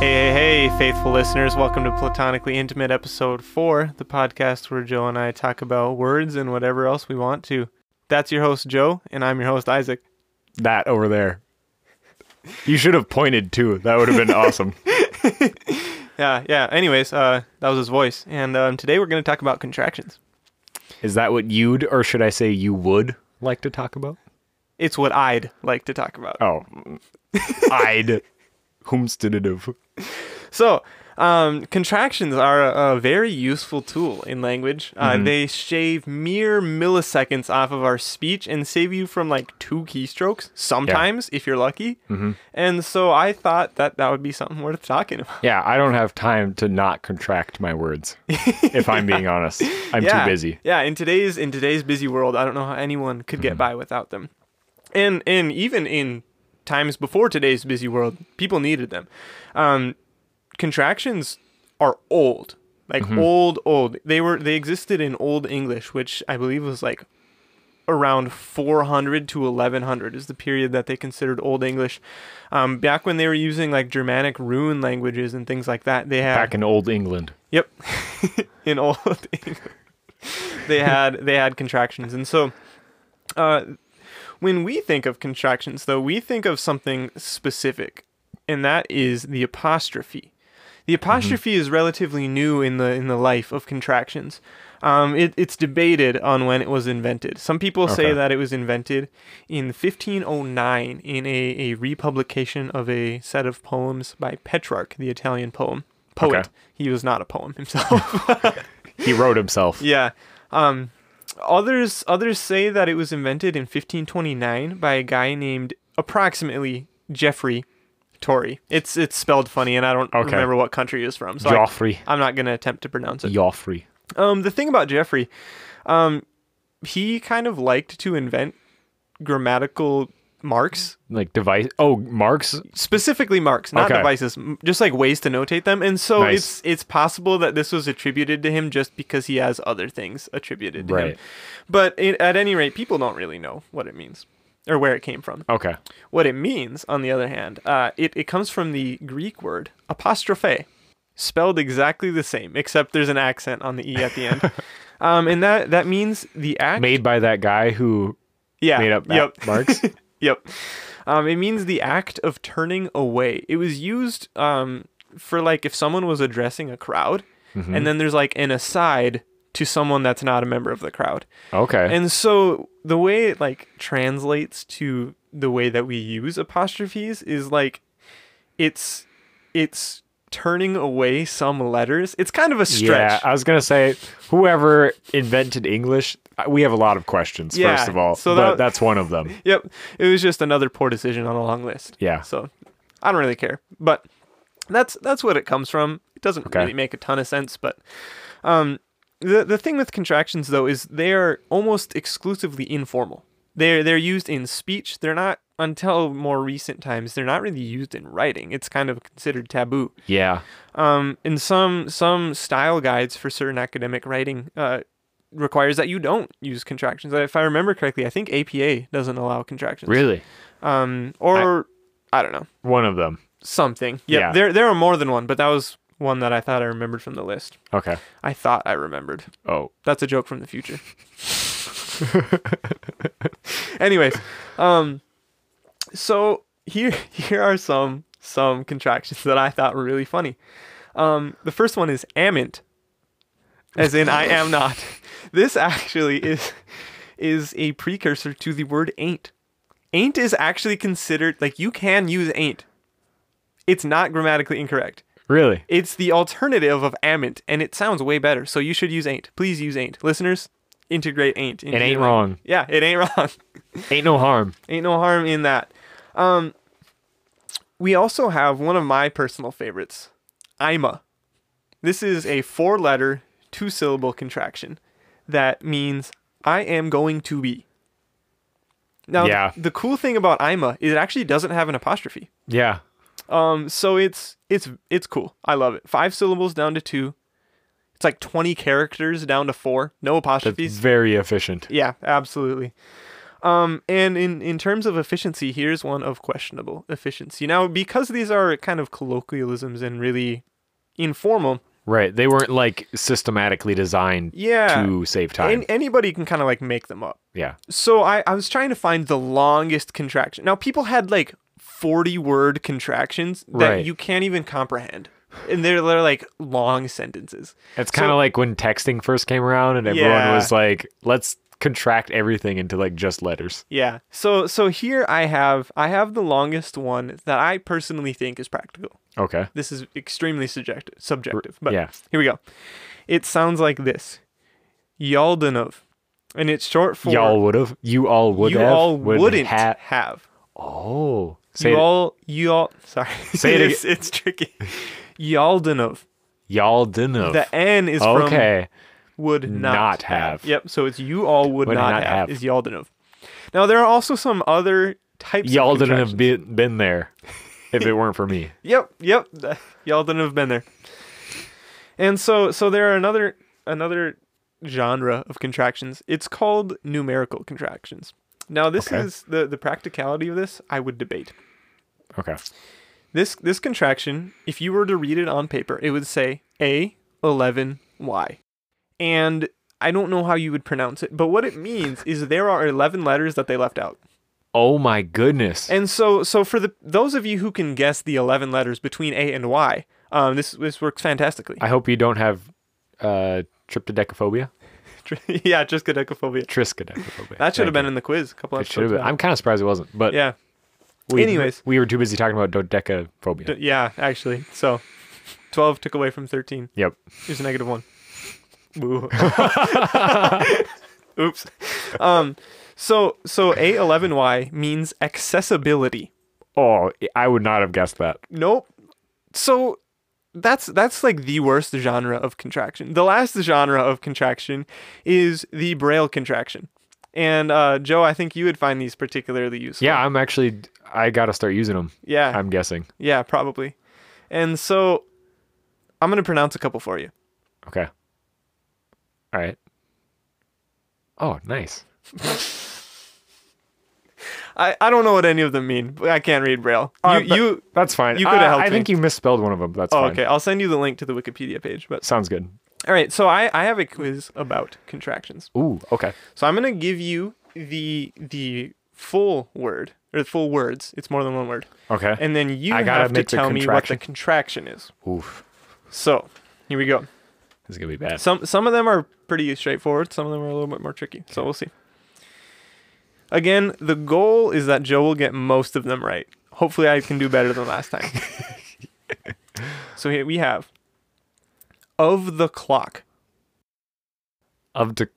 Hey, hey, hey, faithful listeners. Welcome to Platonically Intimate Episode 4, the podcast where Joe and I talk about words and whatever else we want to. That's your host, Joe, and I'm your host, Isaac. That over there. You should have pointed too. That would have been awesome. Yeah, yeah. Anyways, uh, that was his voice. And um, today we're going to talk about contractions. Is that what you'd, or should I say you would, like to talk about? It's what I'd like to talk about. Oh, I'd. Humstidative. So, um, contractions are a, a very useful tool in language. Uh, They shave mere milliseconds off of our speech and save you from like two keystrokes sometimes if you're lucky. And so I thought that that would be something worth talking about. Yeah, I don't have time to not contract my words. If I'm being honest, I'm yeah, too busy. Mm-hmm. Yeah, in today's in today's busy world, I don't know how anyone could get by without them. And and even in times before today's busy world, people needed them. Um, contractions are old, like Mm-hmm. old, old. They were they existed in Old English, which I believe was like around 400 to 1100 is the period that they considered Old English. Um, back when they were using like Germanic rune languages and things like that, they had Back in old England. Yep. in old England. they had they had contractions. And so uh when we think of contractions though, we think of something specific, and that is the apostrophe. The Mm-hmm. apostrophe is relatively new in the in the life of contractions. Um, it, it's debated on when it was invented. Some people say Okay. that it was invented in 1509 in a, a republication of a set of poems by Petrarch, the Italian poem poet. Okay. He was not a poem himself. He wrote himself. yeah. Um, others others say that it was invented in 1529 by a guy named approximately Jeffrey Torrey. It's it's spelled funny, and I don't Okay. remember what country he was from. So I- Joffrey. I'm not gonna attempt to pronounce it. Joffrey. Um, the thing about Jeffrey, um, he kind of liked to invent grammatical marks Like device. Oh, Marx. specifically marks, not Okay. devices, m- just like ways to notate them. And so Nice. it's it's possible that this was attributed to him just because he has other things attributed to him. Right. But it, at any rate, people don't really know what it means or where it came from. Okay. What it means, on the other hand, uh, it it comes from the Greek word apostrophe, spelled exactly the same except there's an accent on the e at the end. Um, and that, that means the act Made by that guy who yeah, made up yep. Marx. Yep. Um, it means the act of turning away. It was used um, for like if someone was addressing a crowd, and then there's like an aside to someone that's not a member of the crowd. Okay. And so the way it like translates to the way that we use apostrophes is like it's it's turning away some letters. It's kind of a stretch. Yeah, I was gonna say whoever invented English, I- we have a lot of questions. Yeah, first of all, so but that- that's one of them. Yep. It was just another poor decision on a long list. Yeah. So I don't really care. But that's that's what it comes from. It doesn't Okay. really make a ton of sense, but um the the thing with contractions though is they are almost exclusively informal. They're they're used in speech. They're not until more recent times, they're not really used in writing. It's kind of considered taboo. Yeah, Um, and some some style guides for certain academic writing uh, requires that you don't use contractions. If I remember correctly, I think APA doesn't allow contractions. really, Um, or I, don't know one of them. something. Yeah, Yeah. There there are more than one, but that was one that I thought I remembered from the list. Okay. I thought I remembered. Oh, That's a joke from the future. Anyways, um, so here here are some some contractions that I thought were really funny. Um, the first one is amint, as in I am not. This actually is is a precursor to the word ain't. Ain't is actually considered like you can use ain't. It's not grammatically incorrect. really? It's the alternative of amint, and it sounds way better. So you should use ain't. Please use ain't. Listeners, integrate ain't. into It ain't your wrong. language. Yeah, it ain't wrong. Ain't no harm. ain't no harm in that. Um, we also have one of my personal favorites, IMA. This is a four letter, two syllable contraction that means I am going to be. Now, th- Yeah. the cool thing about IMA is it actually doesn't have an apostrophe. Yeah. Um, so it's it's it's cool. I love it. Five syllables down to two. It's like twenty characters down to four. No That's apostrophes. very efficient. yeah, absolutely. Um, and in, in terms of efficiency, here's one of questionable efficiency. Now, because these are kind of colloquialisms and really informal, Right. They weren't like systematically designed Yeah. to save time. an- anybody can kind of like make them up. yeah. So I, I was trying to find the longest contraction. Now, people had like 40 word contractions that Right. you can't even comprehend. And they're, they're like long sentences. It's kind of like when texting first came around and everyone Yeah. was like, let's contract everything into like just letters. Yeah. So so here I have I have the longest one that I personally think is practical. Okay. This is extremely subjective, subjective. But yeah. here we go. It sounds like this. Yaldinov. And it's short for Y'all would have. You all would you have. all would wouldn't ha- have. oh. Say you it. all you all sorry. Say it it's, it's tricky. Yaldinov. Y'all didn't have. The N is from okay. would not, Not have. Yep. So it's you all would, not, have, is Yaldinov. Now there are also some other types Y'all of didn't contractions. have been, been there if it weren't for me. Yep, yep. Y'all didn't have been there. And so so there are another another genre of contractions. It's called numerical contractions. Now this Okay. is the the practicality of this I would debate. Okay. This this contraction, if you were to read it on paper, it would say A eleven Y. And I don't know how you would pronounce it, but what it means is there are eleven letters that they left out. Oh my goodness. And so, so for the those of you who can guess the eleven letters between A and Y, um, this this works fantastically. I hope you don't have uh, tryptodecaphobia. yeah, just decaphobia. Triskaidekaphobia. That should have Thank been in the quiz. A couple you. It episodes. should have been. back. I'm kind of surprised it wasn't. But yeah, we, Anyways. we were too busy talking about dodecaphobia. D- yeah. Actually, so twelve took away from thirteen. yep. Here's a negative one. Boo. Oops. Um. So so A eleven Y means accessibility. Oh, I would not have guessed that. Nope. So that's that's like the worst genre of contraction. The last genre of contraction is the Braille contraction. And uh, Joe, I think you would find these particularly useful. Yeah, I'm actually. I gotta start using them. Yeah. I'm guessing. yeah, probably. And so I'm gonna pronounce a couple for you. Okay. All right. Oh, nice. I, I don't know what any of them mean. but I can't read Braille. You, Uh, that- you That's fine. You coulda Uh, helped I me. think you misspelled one of them. That's Oh, fine. okay. I'll send you the link to the Wikipedia page. But Sounds good. all right, so I, I have a quiz about contractions. Ooh. Okay. So I'm gonna give you the the full word or the full words. It's more than one word, Okay. and then you I gotta have to make the tell me what the contraction. contraction is. Oof. So here we go. This is gonna be bad. Some some of them are pretty straightforward. Some of them are a little bit more tricky. So we'll see. Again, the goal is that Joe will get most of them right. Hopefully, I can do better than last time. so here we have of the clock. Of the.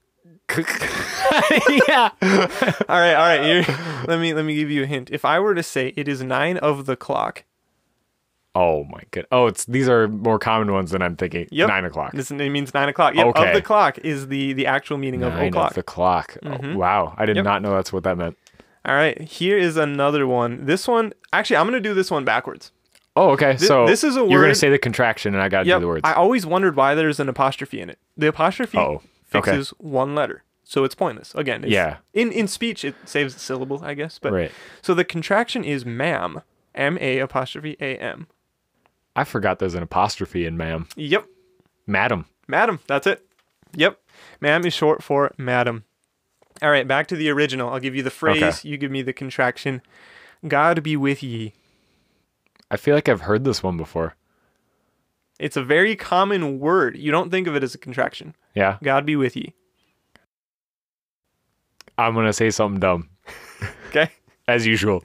yeah. All right, all right. Here, let me let me give you a hint. If I were to say it is nine of the clock, Oh my good. Oh, it's these are more common ones than I'm thinking. Yep. Nine o'clock. This, it means nine o'clock. Yep, Okay. of the clock is the the actual meaning of Nine o'clock. Mm-hmm. of the clock. Oh, wow, I did Yep. not know that's what that meant. All right, here is another one. This one, actually, I'm gonna do this one backwards. Oh, okay. so this is a You're gonna word- say the contraction, and I gotta Yep. do the words. I always wondered why there's an apostrophe in it. The apostrophe Oh, okay. fixes one letter, so it's pointless. Again, it's, Yeah. In in speech, it saves a syllable, I guess. But Right. so the contraction is mam, m a apostrophe a m. I forgot there's an apostrophe in ma'am. Yep, Madam. madam. That's it. Yep, ma'am is short for madam. All right, back to the original. I'll give you the phrase. You give me the contraction. God be with ye. I feel like I've heard this one before. It's a very common word. You don't think of it as a contraction. Yeah. God be with ye. I'm gonna say something dumb, Okay. as usual.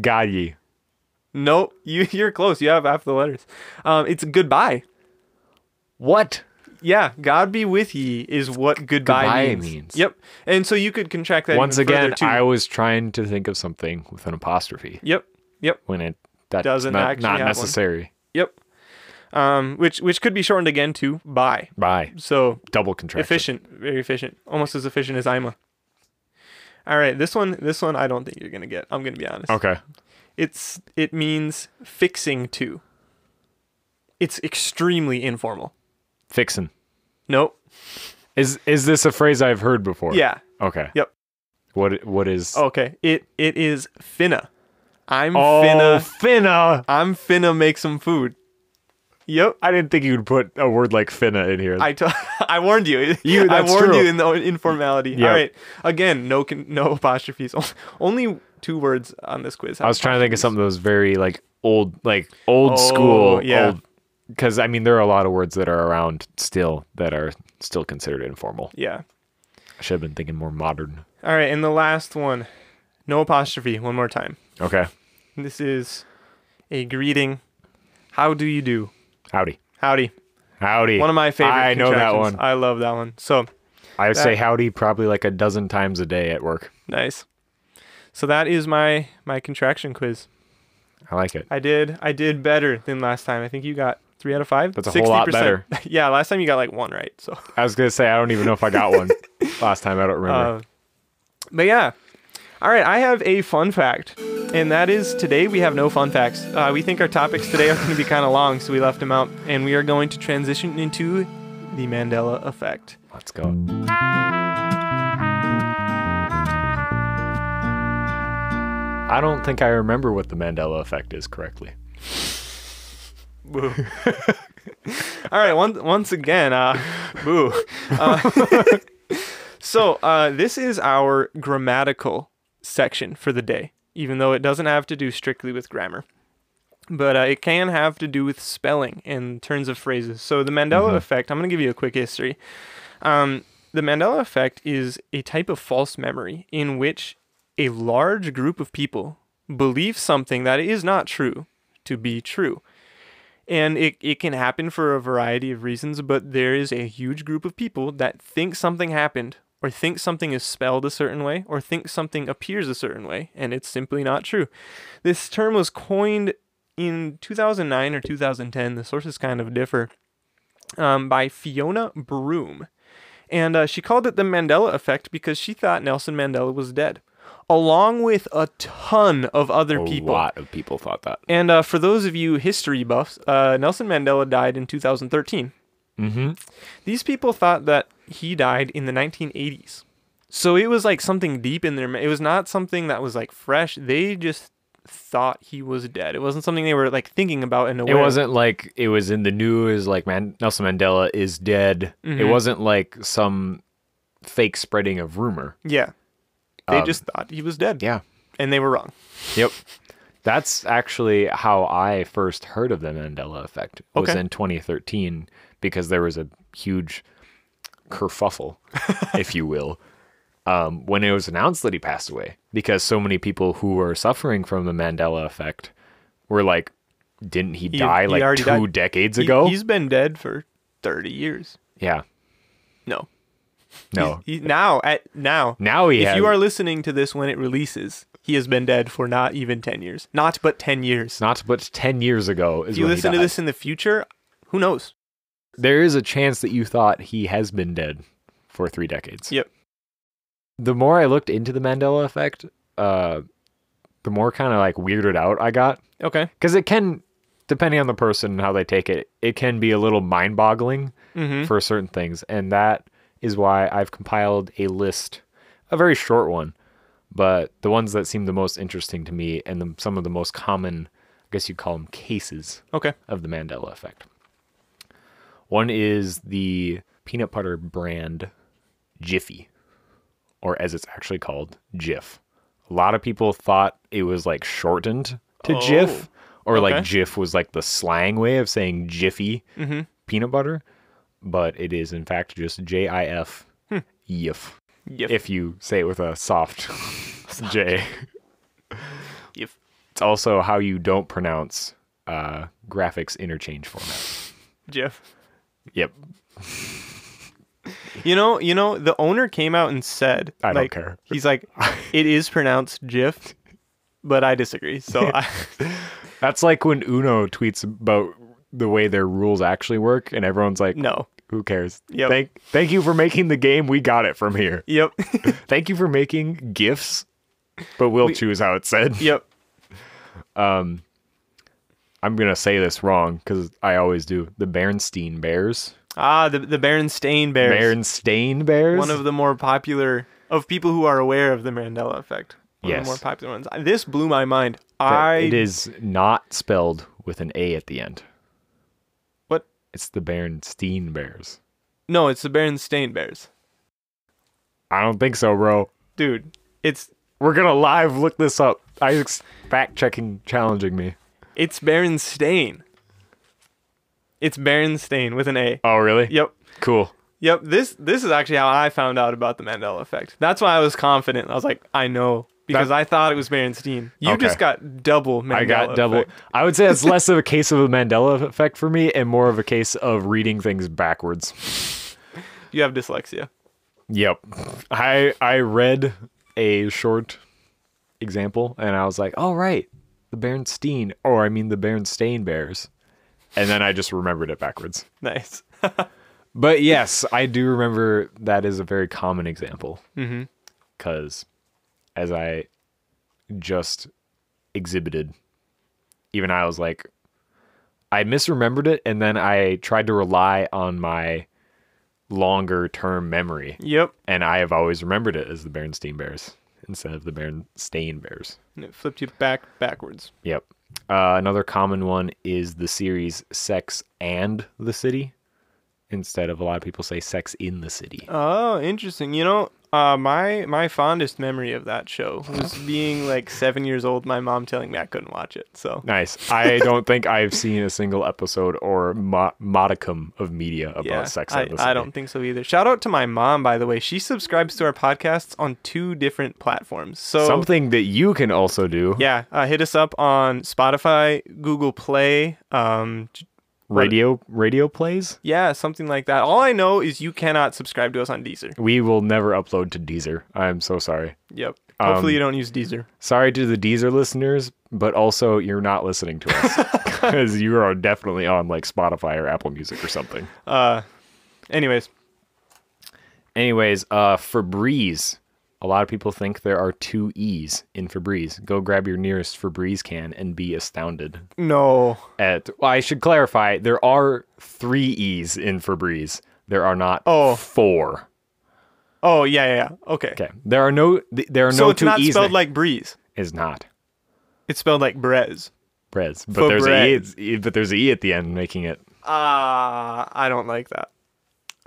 God ye. Nope. You you're close. You have half the letters. Um, it's goodbye. What? Yeah, God be with ye is what goodbye, Goodbye means. means. Yep. And so you could contract that Once even further, again, too. I was trying to think of something with an apostrophe Yep. Yep. when it that Doesn't not, actually not have one. necessary. Yep. Um, which which could be shortened again to by. Bye. So Double contraction. efficient, very efficient, almost as efficient as Ima. All right, this one, this one, I don't think you're gonna get. I'm gonna be honest. Okay. It's it means fixing to. It's extremely informal. Fixin'. Nope. Is is this a phrase I've heard before? Yeah. Okay. Yep. Oh, What what is Okay, it it is finna. I'm Oh, finna. finna. I'm finna make some food. Yep. I didn't think you'd put a word like finna in here. I t- I warned you. You- I that's warned true. you in the informality. Yeah. All right. Again, no con- no apostrophes. Only two words on this quiz. I was trying to think of something that was very like old, like old school. Oh, yeah. Because I mean, there are a lot of words that are around still that are still considered informal. Yeah. I should have been thinking more modern. All right, and the last one. No apostrophe. One more time. Okay, This is a greeting. How do you do? howdy, Howdy. howdy. One of my favorite. I know that contractions. one. I love that one. So I say howdy probably like a dozen times a day at work. nice. So that is my my contraction quiz. I like it. I did I did better than last time. I think you got three out of five. That's a whole lot 60%. yeah, last time you got like one right. So, I was gonna say I don't even know if I got one last time. I don't remember. uh, but yeah. All right, I have a fun fact, and that is today we have no fun facts. Uh, we think our topics today are going to be kind of long, so we left them out, and we are going to transition into the Mandela effect. Let's go. I don't think I remember what the Mandela effect is correctly. Boo. All right, once once again, uh, boo. Uh, so uh, this is our grammatical section for the day, even though it doesn't have to do strictly with grammar, but uh, it can have to do with spelling and turns of phrases. So the Mandela effect. I'm going to give you a quick history. Um, the Mandela effect is a type of false memory in which a large group of people believe something that is not true to be true. And it, it can happen for a variety of reasons, but there is a huge group of people that think something happened, or think something is spelled a certain way, or think something appears a certain way, and it's simply not true. This term was coined in 2009 or 2010, the sources kind of differ, um, by Fiona Broom. And uh, she called it the Mandela effect because she thought Nelson Mandela was dead, along with a ton of other Oh, people. of people thought that. And uh, for those of you history buffs, uh, Nelson Mandela died in 2013. Mm-hmm. These people thought that he died in the 1980s. So it was like something deep in their. ma- It was not something that was like fresh. They just thought he was dead. It wasn't something they were like thinking about and aware. It of. wasn't like it was in the news, like Man- Nelson Mandela is dead. It Mm-hmm. wasn't like some fake spreading of rumor. Yeah. They Um, just thought he was dead. Yeah. And they were wrong. Yep. That's actually how I first heard of the Mandela effect. Was Okay. in 2013 because there was a huge kerfuffle, if you will, um, when it was announced that he passed away because so many people who were suffering from the Mandela effect were like, "Didn't he, die he like already two died. decades He- ago?" he's been dead for 30 years. yeah. No. No. He, now at now. now he if has. you are listening to this when it releases, he has been dead for not even 10 years. Not but 10 years. not but 10 years ago is if you when he listen to died. this in the future, who knows? there is a chance that you thought he has been dead for three decades Yep. the more i looked into the mandela effect uh the more kind of like weirded out i got Okay. because it can depending on the person and how they take it it can be a little mind-boggling Mhm. for certain things and that is why i've compiled a list a very short one but the ones that seem the most interesting to me and the, some of the most common i guess you'd call them cases Okay. of the Mandela effect. One is the peanut butter brand Jiffy, or as it's actually called, Jif. A lot of people thought it was like shortened to Oh, Jif, or like okay. Mm-hmm. Jif was like the slang way of saying Jiffy peanut butter, but it is in fact just J I F, Hmm. Yif, Yif. if you say it with a soft J. Yif. It's also how you don't pronounce uh, graphics interchange format. Jeff. Yep. You know, you know, the owner came out and said, I don't like, care. He's like, it is pronounced Jif, but I disagree. So I, That's like when Uno tweets about the way their rules actually work and everyone's like, no. who cares? Yep. Thank thank you for making the game. We got it from here. Yep. Thank you for making gifts, but we'll choose how it's said. yep. Um, I'm going to say this wrong cuz I always do. The Bernstein Bears. Ah, the the Berenstain Bears. Berenstain Bears. One of the more popular of people who are aware of the Mandela effect. One of Yes. the more popular ones. This blew my mind. But I it is not spelled with an A at the end. what? It's the Bernstein Bears. No, it's the Berenstain Bears, I don't think so, bro. dude. It's We're gonna live look this up. Isaac's fact checking, challenging me. it's Berenstain. It's Berenstain with an A. Oh, really? Yep. Cool. Yep, this this is actually how I found out about the Mandela effect. That's why I was confident. I was like, I know because I thought it was Berenstein. You Okay. just got double Mandela. I got double. effect. I would say it's less of a case of a Mandela effect for me and more of a case of reading things backwards. You have dyslexia. Yep. I I read a short example and I was like, "All right, the Bernstein or I mean the Bernstein Bears." And then I just remembered it backwards. Nice. But yes, I do remember that is a very common example. Because as I just exhibited, even I was like, I misremembered it. And then I tried to rely on my longer term memory. Yep. And I have always remembered it as the Bernstein Bears instead of the Bernstein Bears. And it flipped you back backwards. Yep. Uh, another common one is the series Sex and the City instead of a lot of people say Sex in the City. Oh, interesting. You know, uh, my my fondest memory of that show was being like seven years old. My mom telling me I couldn't watch it. So Nice. I don't think I've seen a single episode or mo- modicum of media about yeah, Sex I, and the City. I don't think so either. Shout out to my mom, by the way. She subscribes to our podcasts on two different platforms. So Something that you can also do. Yeah, uh, hit us up on Spotify, Google Play, um, j- Radio radio plays. yeah, something like that. All I know is you cannot subscribe to us on Deezer. We will never upload to Deezer. I'm so sorry. Yep. Um, Hopefully you don't use Deezer. Sorry to the Deezer listeners, but also you're not listening to us because you are definitely on like Spotify or Apple Music or something. Anyways, Anyways, uh, Febreze. A lot of people think there are two E's in Febreze. Go grab your nearest Febreze can and be astounded. no. At well, I should clarify, there are three E's in Febreze. There are not Oh. four. Oh yeah, yeah, yeah. Okay. Okay, there are no th- there are So no it's two not E's. spelled like breeze. is not It's spelled like brez. Brez, but there's a E, Febreze. it's- E- but there's a E at the end, making it. Ah, I don't like that.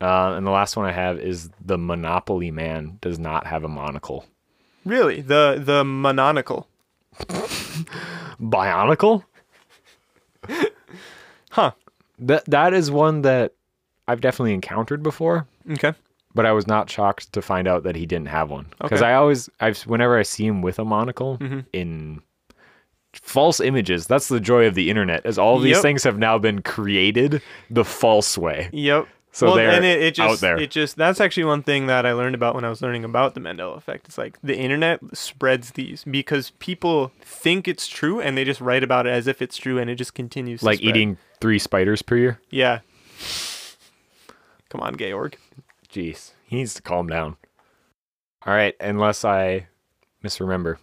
Uh, and the last one I have is the Monopoly Man does not have a monocle. Really, the the mononical. Bionicle? Huh. That that is one that I've definitely encountered before, Okay. but I was not shocked to find out that he didn't have one. Because Okay. Mm-hmm. I always, I've whenever I see him with a monocle in false images, that's the joy of the internet. Is all these Yep. things have now been created the false way. Yep. So they're and it, it out just, there. It just that's actually one thing that I learned about when I was learning about the Mandela effect. It's like the internet spreads these because people think it's true and they just write about it as if it's true and it just continues. to Like spread. eating three spiders per year. Yeah. Come on, Georg. Jeez, he needs to calm down. All right, unless I misremember,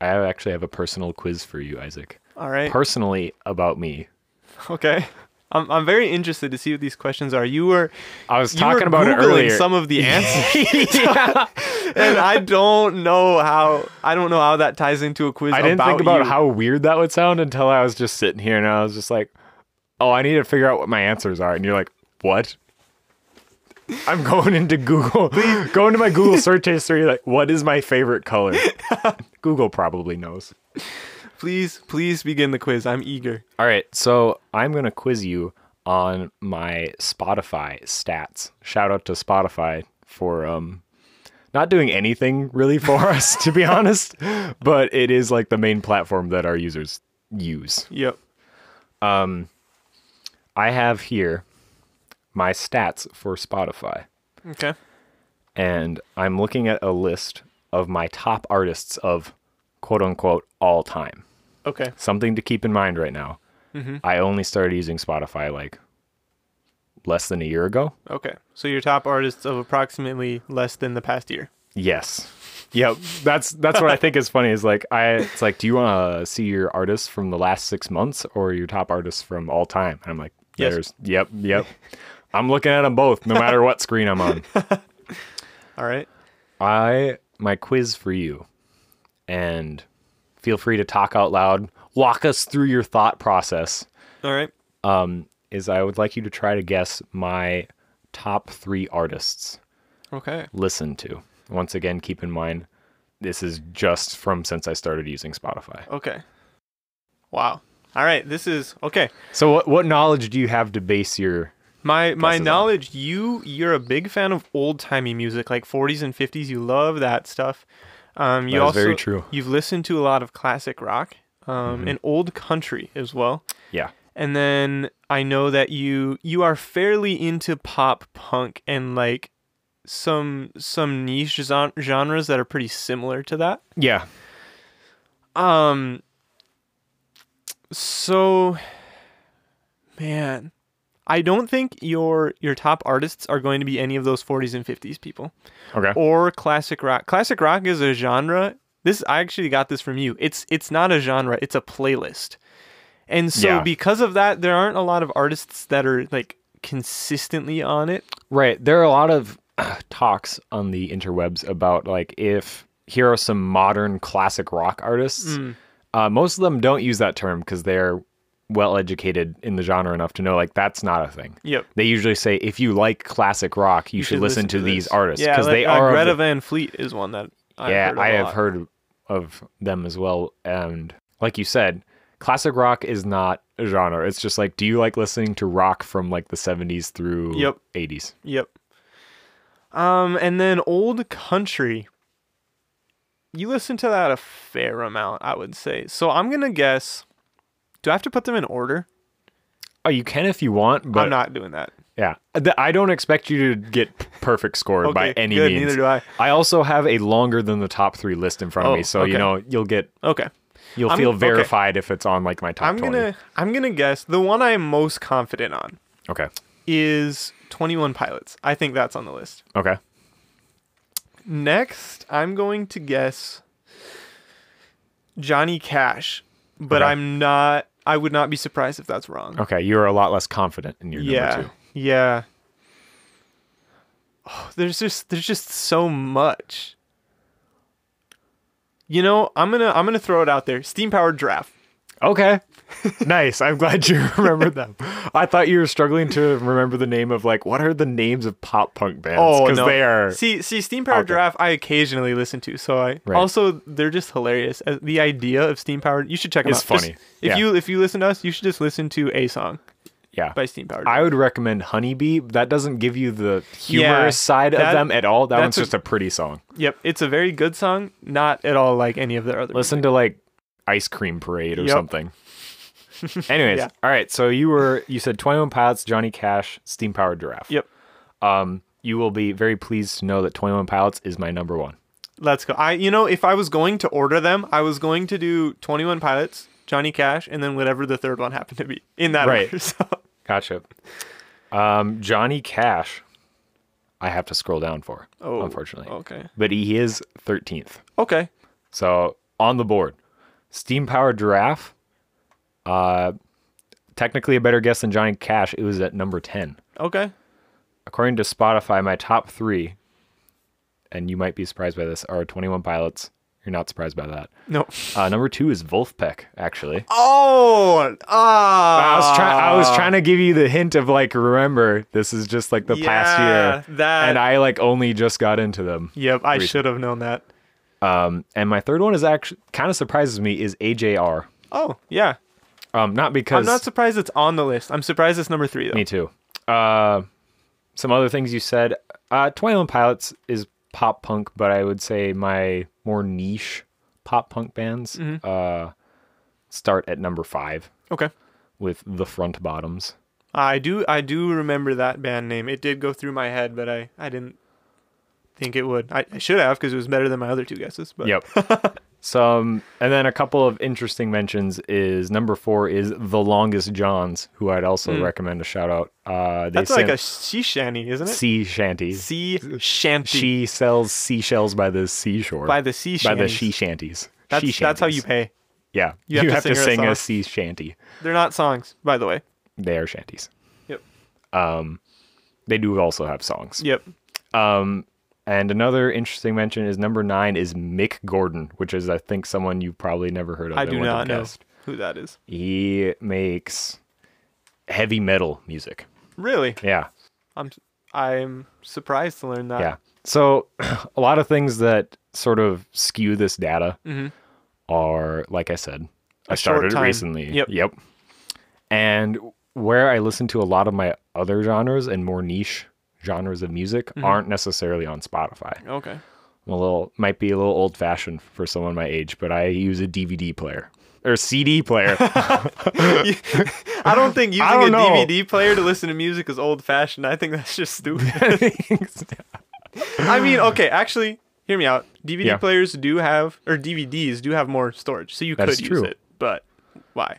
I actually have a personal quiz for you, Isaac. All right. Personally, about me. okay. I'm I'm very interested to see what these questions are. You were I was you talking were about it Googling earlier. Some of the answers, and I don't know how I don't know how that ties into a quiz. I didn't think about you. how weird that would sound until I was just sitting here and I was just like, "Oh, I need to figure out what my answers are." And you're like, "What?" I'm going into Google, going to my Google search history. Like, what is my favorite color? Google probably knows. Please, please begin the quiz. I'm eager. All right, so I'm gonna quiz you on my Spotify stats. Shout out to Spotify for um not doing anything really for us, to be honest, but it is like the main platform that our users use. Yep. I have here my stats for Spotify, Okay. and I'm looking at a list of my top artists of quote unquote all time. Okay. something to keep in mind right now. I only started using Spotify like less than a year ago. Okay. So your top artists of approximately less than the past year. Yes. Yep. That's that's what I think is funny is like I it's like do you want to see your artists from the last 6 months or your top artists from all time? And I'm like Yes. there's yep, yep. I'm looking at them both no matter what screen I'm on. All right. I my quiz for you, and feel free to talk out loud. Walk us through your thought process. All right. Um, is I would like you to try to guess my top three artists Okay. listen to. Once again, keep in mind this is just from since I started using Spotify. Okay. Wow. All right. This is okay. So what what knowledge do you have to base your My my Guesses on. knowledge, you you're a big fan of old timey music, like 40s and 50s. You love that stuff. Um, you That is also very true. You've listened to a lot of classic rock, um, and old country as well. yeah. And then I know that you you are fairly into pop punk and like some some niche gen- genres that are pretty similar to that. Yeah. Um. So, man, I don't think your your top artists are going to be any of those 40s and 50s people Okay. or classic rock. Classic rock is a genre. This I actually got this from you. It's it's not a genre. It's a playlist. And so Yeah. because of that, there aren't a lot of artists that are like consistently on it. Right. There are a lot of uh, talks on the interwebs about like if here are some modern classic rock artists. Mm. Uh, most of them don't use that term because they're well educated in the genre enough to know like that's not a thing. Yep. They usually say if you like classic rock, you, should, listen, to, these artists because they like, uh, are of Greta the- Van Fleet is one that I've yeah, heard of I a have lot. heard of them as well. And like you said, classic rock is not a genre. It's just like, do you like listening to rock from like the 70s through Yep. 80s? Yep. Um, and then old country. You listen to that a fair amount, I would say. So I'm gonna guess. Do I have to put them in order? Oh, you can if you want, but I'm not doing that. yeah, Th- I don't expect you to get perfect score by Okay, any good, means. neither do I. also have a longer than the top three list in front Oh, of me, so okay. you know you'll get Okay. you'll I'm- feel okay. verified if it's on like my top. I'm 20. gonna I'm gonna guess the one I'm most confident on okay, is 21 Pilots. I think that's on the list. okay, Next, I'm going to guess Johnny Cash, but Okay. I'm not. I would not be surprised if that's wrong. okay. You are a lot less confident in your number yeah, two. yeah. Oh, there's just there's just so much. You know, I'm gonna I'm gonna throw it out there. Steam powered draft. Okay. nice. I'm glad you remembered them. I thought you were struggling to remember the name of like what are the names of pop punk bands? Because they are Oh, see see steam powered out there. draft. I occasionally listen to, so I Right. also they're just hilarious. Uh, The idea of steam powered, you should check them It's out. Just- funny. if Yeah. you if you listen to us, you should just listen to a song yeah. by steam powered. I would recommend Honeybee. That doesn't give you the humorous side that- of them at all. That that's one's a- just a pretty song. Yep, it's a very good song. Not at all like any of their other. Listen to like Ice Cream Parade or Yep. something. Anyways, Yeah. all right. So you were you said Twenty One Pilots, Johnny Cash, Steam Powered Giraffe. Yep. Um, you will be very pleased to know that Twenty One Pilots is my number one. Let's go. I you know if I was going to order them, I was going to do Twenty One Pilots, Johnny Cash, and then whatever the third one happened to be in that Right. order. So Gotcha. Um, Johnny Cash, I have to scroll down for, Oh, unfortunately. okay, But he is 13th. okay, So on the board. Steam powered giraffe. Uh, technically a better guess than Johnny Cash. It was at number 10. okay. According to Spotify, my top three, and you might be surprised by this, are 21 Pilots. You're not surprised by that. No. Uh, number two is Wolfpack, actually. Oh, ah. I was trying. I was trying to give you the hint of like, remember, this is just like the past Yeah, year, that- and I like only just got into them. Yep, I should have known that. Um, and my third one is actually kind of surprises me is AJR. Oh, yeah. Um, not because I'm not surprised it's on the list. I'm surprised it's number three though. me too. Uh, some other things you said. Uh, Twenty One Pilots is pop punk, but I would say my more niche pop punk bands Mm-hmm. uh start at number five Okay. with the Front Bottoms. I do I do remember that band name. It did go through my head, but I I didn't think it would. I, I should have because it was better than my other two guesses. But Yep. Some and then a couple of interesting mentions is number four is the longest Johns, who I'd also recommend a shout out. Uh, they Mm. that's like sing a sea shanty, isn't it? sea shanties. Sea shanty she sells seashells by the seashore. by the sea by shanty. the she shanties. that's she that's how you shanties. pay. Yeah, you have to to, sing her a sing song. a, sea shanty. They're not songs, by the way. They are shanties. Yep. Um, they do also have songs. Yep. Um, And another interesting mention is number nine is Mick Gordon, which is I think someone you've probably never heard of. I and do wouldn't not have know guessed. who that is. He makes heavy metal music. Really, Yeah. I'm I'm surprised to learn that. Yeah. So a lot of things that sort of skew this data are, like I said, Mm-hmm. I short started it time. recently. Yep. Yep. And where I listen to a lot of my other genres and more niche genres of music Mm-hmm. aren't necessarily on Spotify. Okay. I'm a little might be a little old fashioned for someone my age, but I use a DVD player or CD player. I don't think using don't a know. DVD player to listen to music is old fashioned. I think that's just stupid. I mean, okay, actually, hear me out. DVD Yeah. players do have, or DVDs do have more storage, so you That could is use true. it. But why?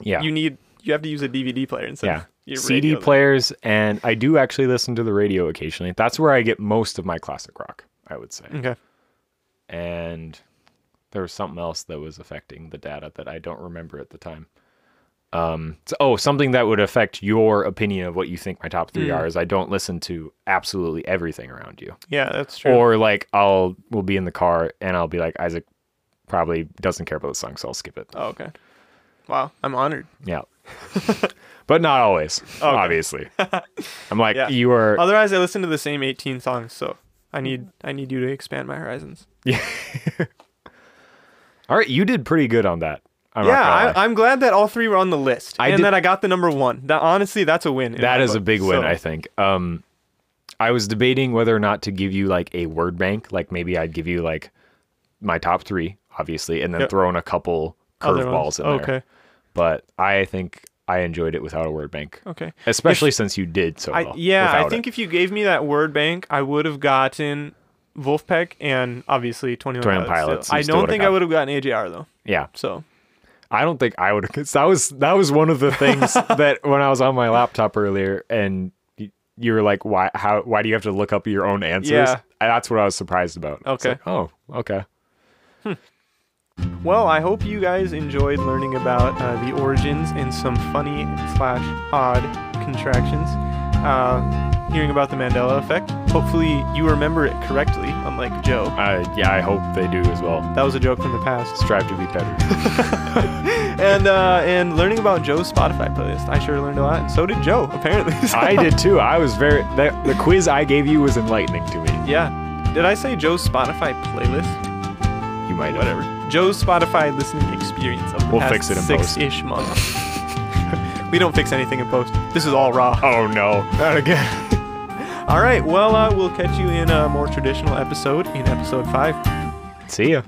yeah. You need, you have to use a DVD player instead yeah. of your CD radio. players, and I do actually listen to the radio occasionally. That's where I get most of my classic rock, I would say. Okay. And there was something else that was affecting the data that I don't remember at the time. Um, so- oh, something that would affect your opinion of what you think my top three Mm. are is I don't listen to absolutely everything around you. Yeah, that's true. Or like I'll we'll be in the car and I'll be like Isaac probably doesn't care about the song, so I'll skip it. oh, okay. Wow, I'm honored. Yeah. but not always, obviously. I'm like Yeah. you are Otherwise, I listen to the same 18 songs, so I need, I need you to expand my horizons. All right, you did pretty good on that. I'm Yeah, not gonna lie. I, I'm glad that all three were on the list, I and did- that I got the number one. That honestly, that's a win. in that my is a book. big win, So- I think. Um I was debating whether or not to give you like a word bank, like maybe I'd give you like my top 3, obviously, and then Yep. throw in a couple Other ones. curveballs in there. Okay. But I think I enjoyed it without a word bank. Okay. Especially since you did so I, well. yeah, I without it. think if you gave me that word bank, I would have gotten Wolfpack and obviously 21, 21 Pilots. Pilots, still. you I still don't would've think I got- would have gotten AJR though. yeah. So I don't think I would. Cause that was that was one of the things that when I was on my laptop earlier, and you, you were like, "Why? How? Why do you have to look up your own answers?" Yeah. And that's what I was surprised about. I was Okay. like, oh, okay. Well, I hope you guys enjoyed learning about uh, the origins and some funny slash odd contractions. Uh, hearing about the Mandela effect. Hopefully, you remember it correctly, unlike Joe. Uh, yeah, I hope they do as well. That was a joke from the past. Strive to be better. And uh, and learning about Joe's Spotify playlist, I sure learned a lot, and so did Joe apparently. So- I did too. I was very. That, the quiz I gave you was enlightening to me. Yeah. Did I say Joe's Spotify playlist? You might have. whatever. Joe's Spotify listening experience of the We'll past fix it in post. six-ish months. we don't fix anything in post. This is all raw. Oh no, not again. All right. Well, uh, we'll catch you in a more traditional episode in episode five. See ya.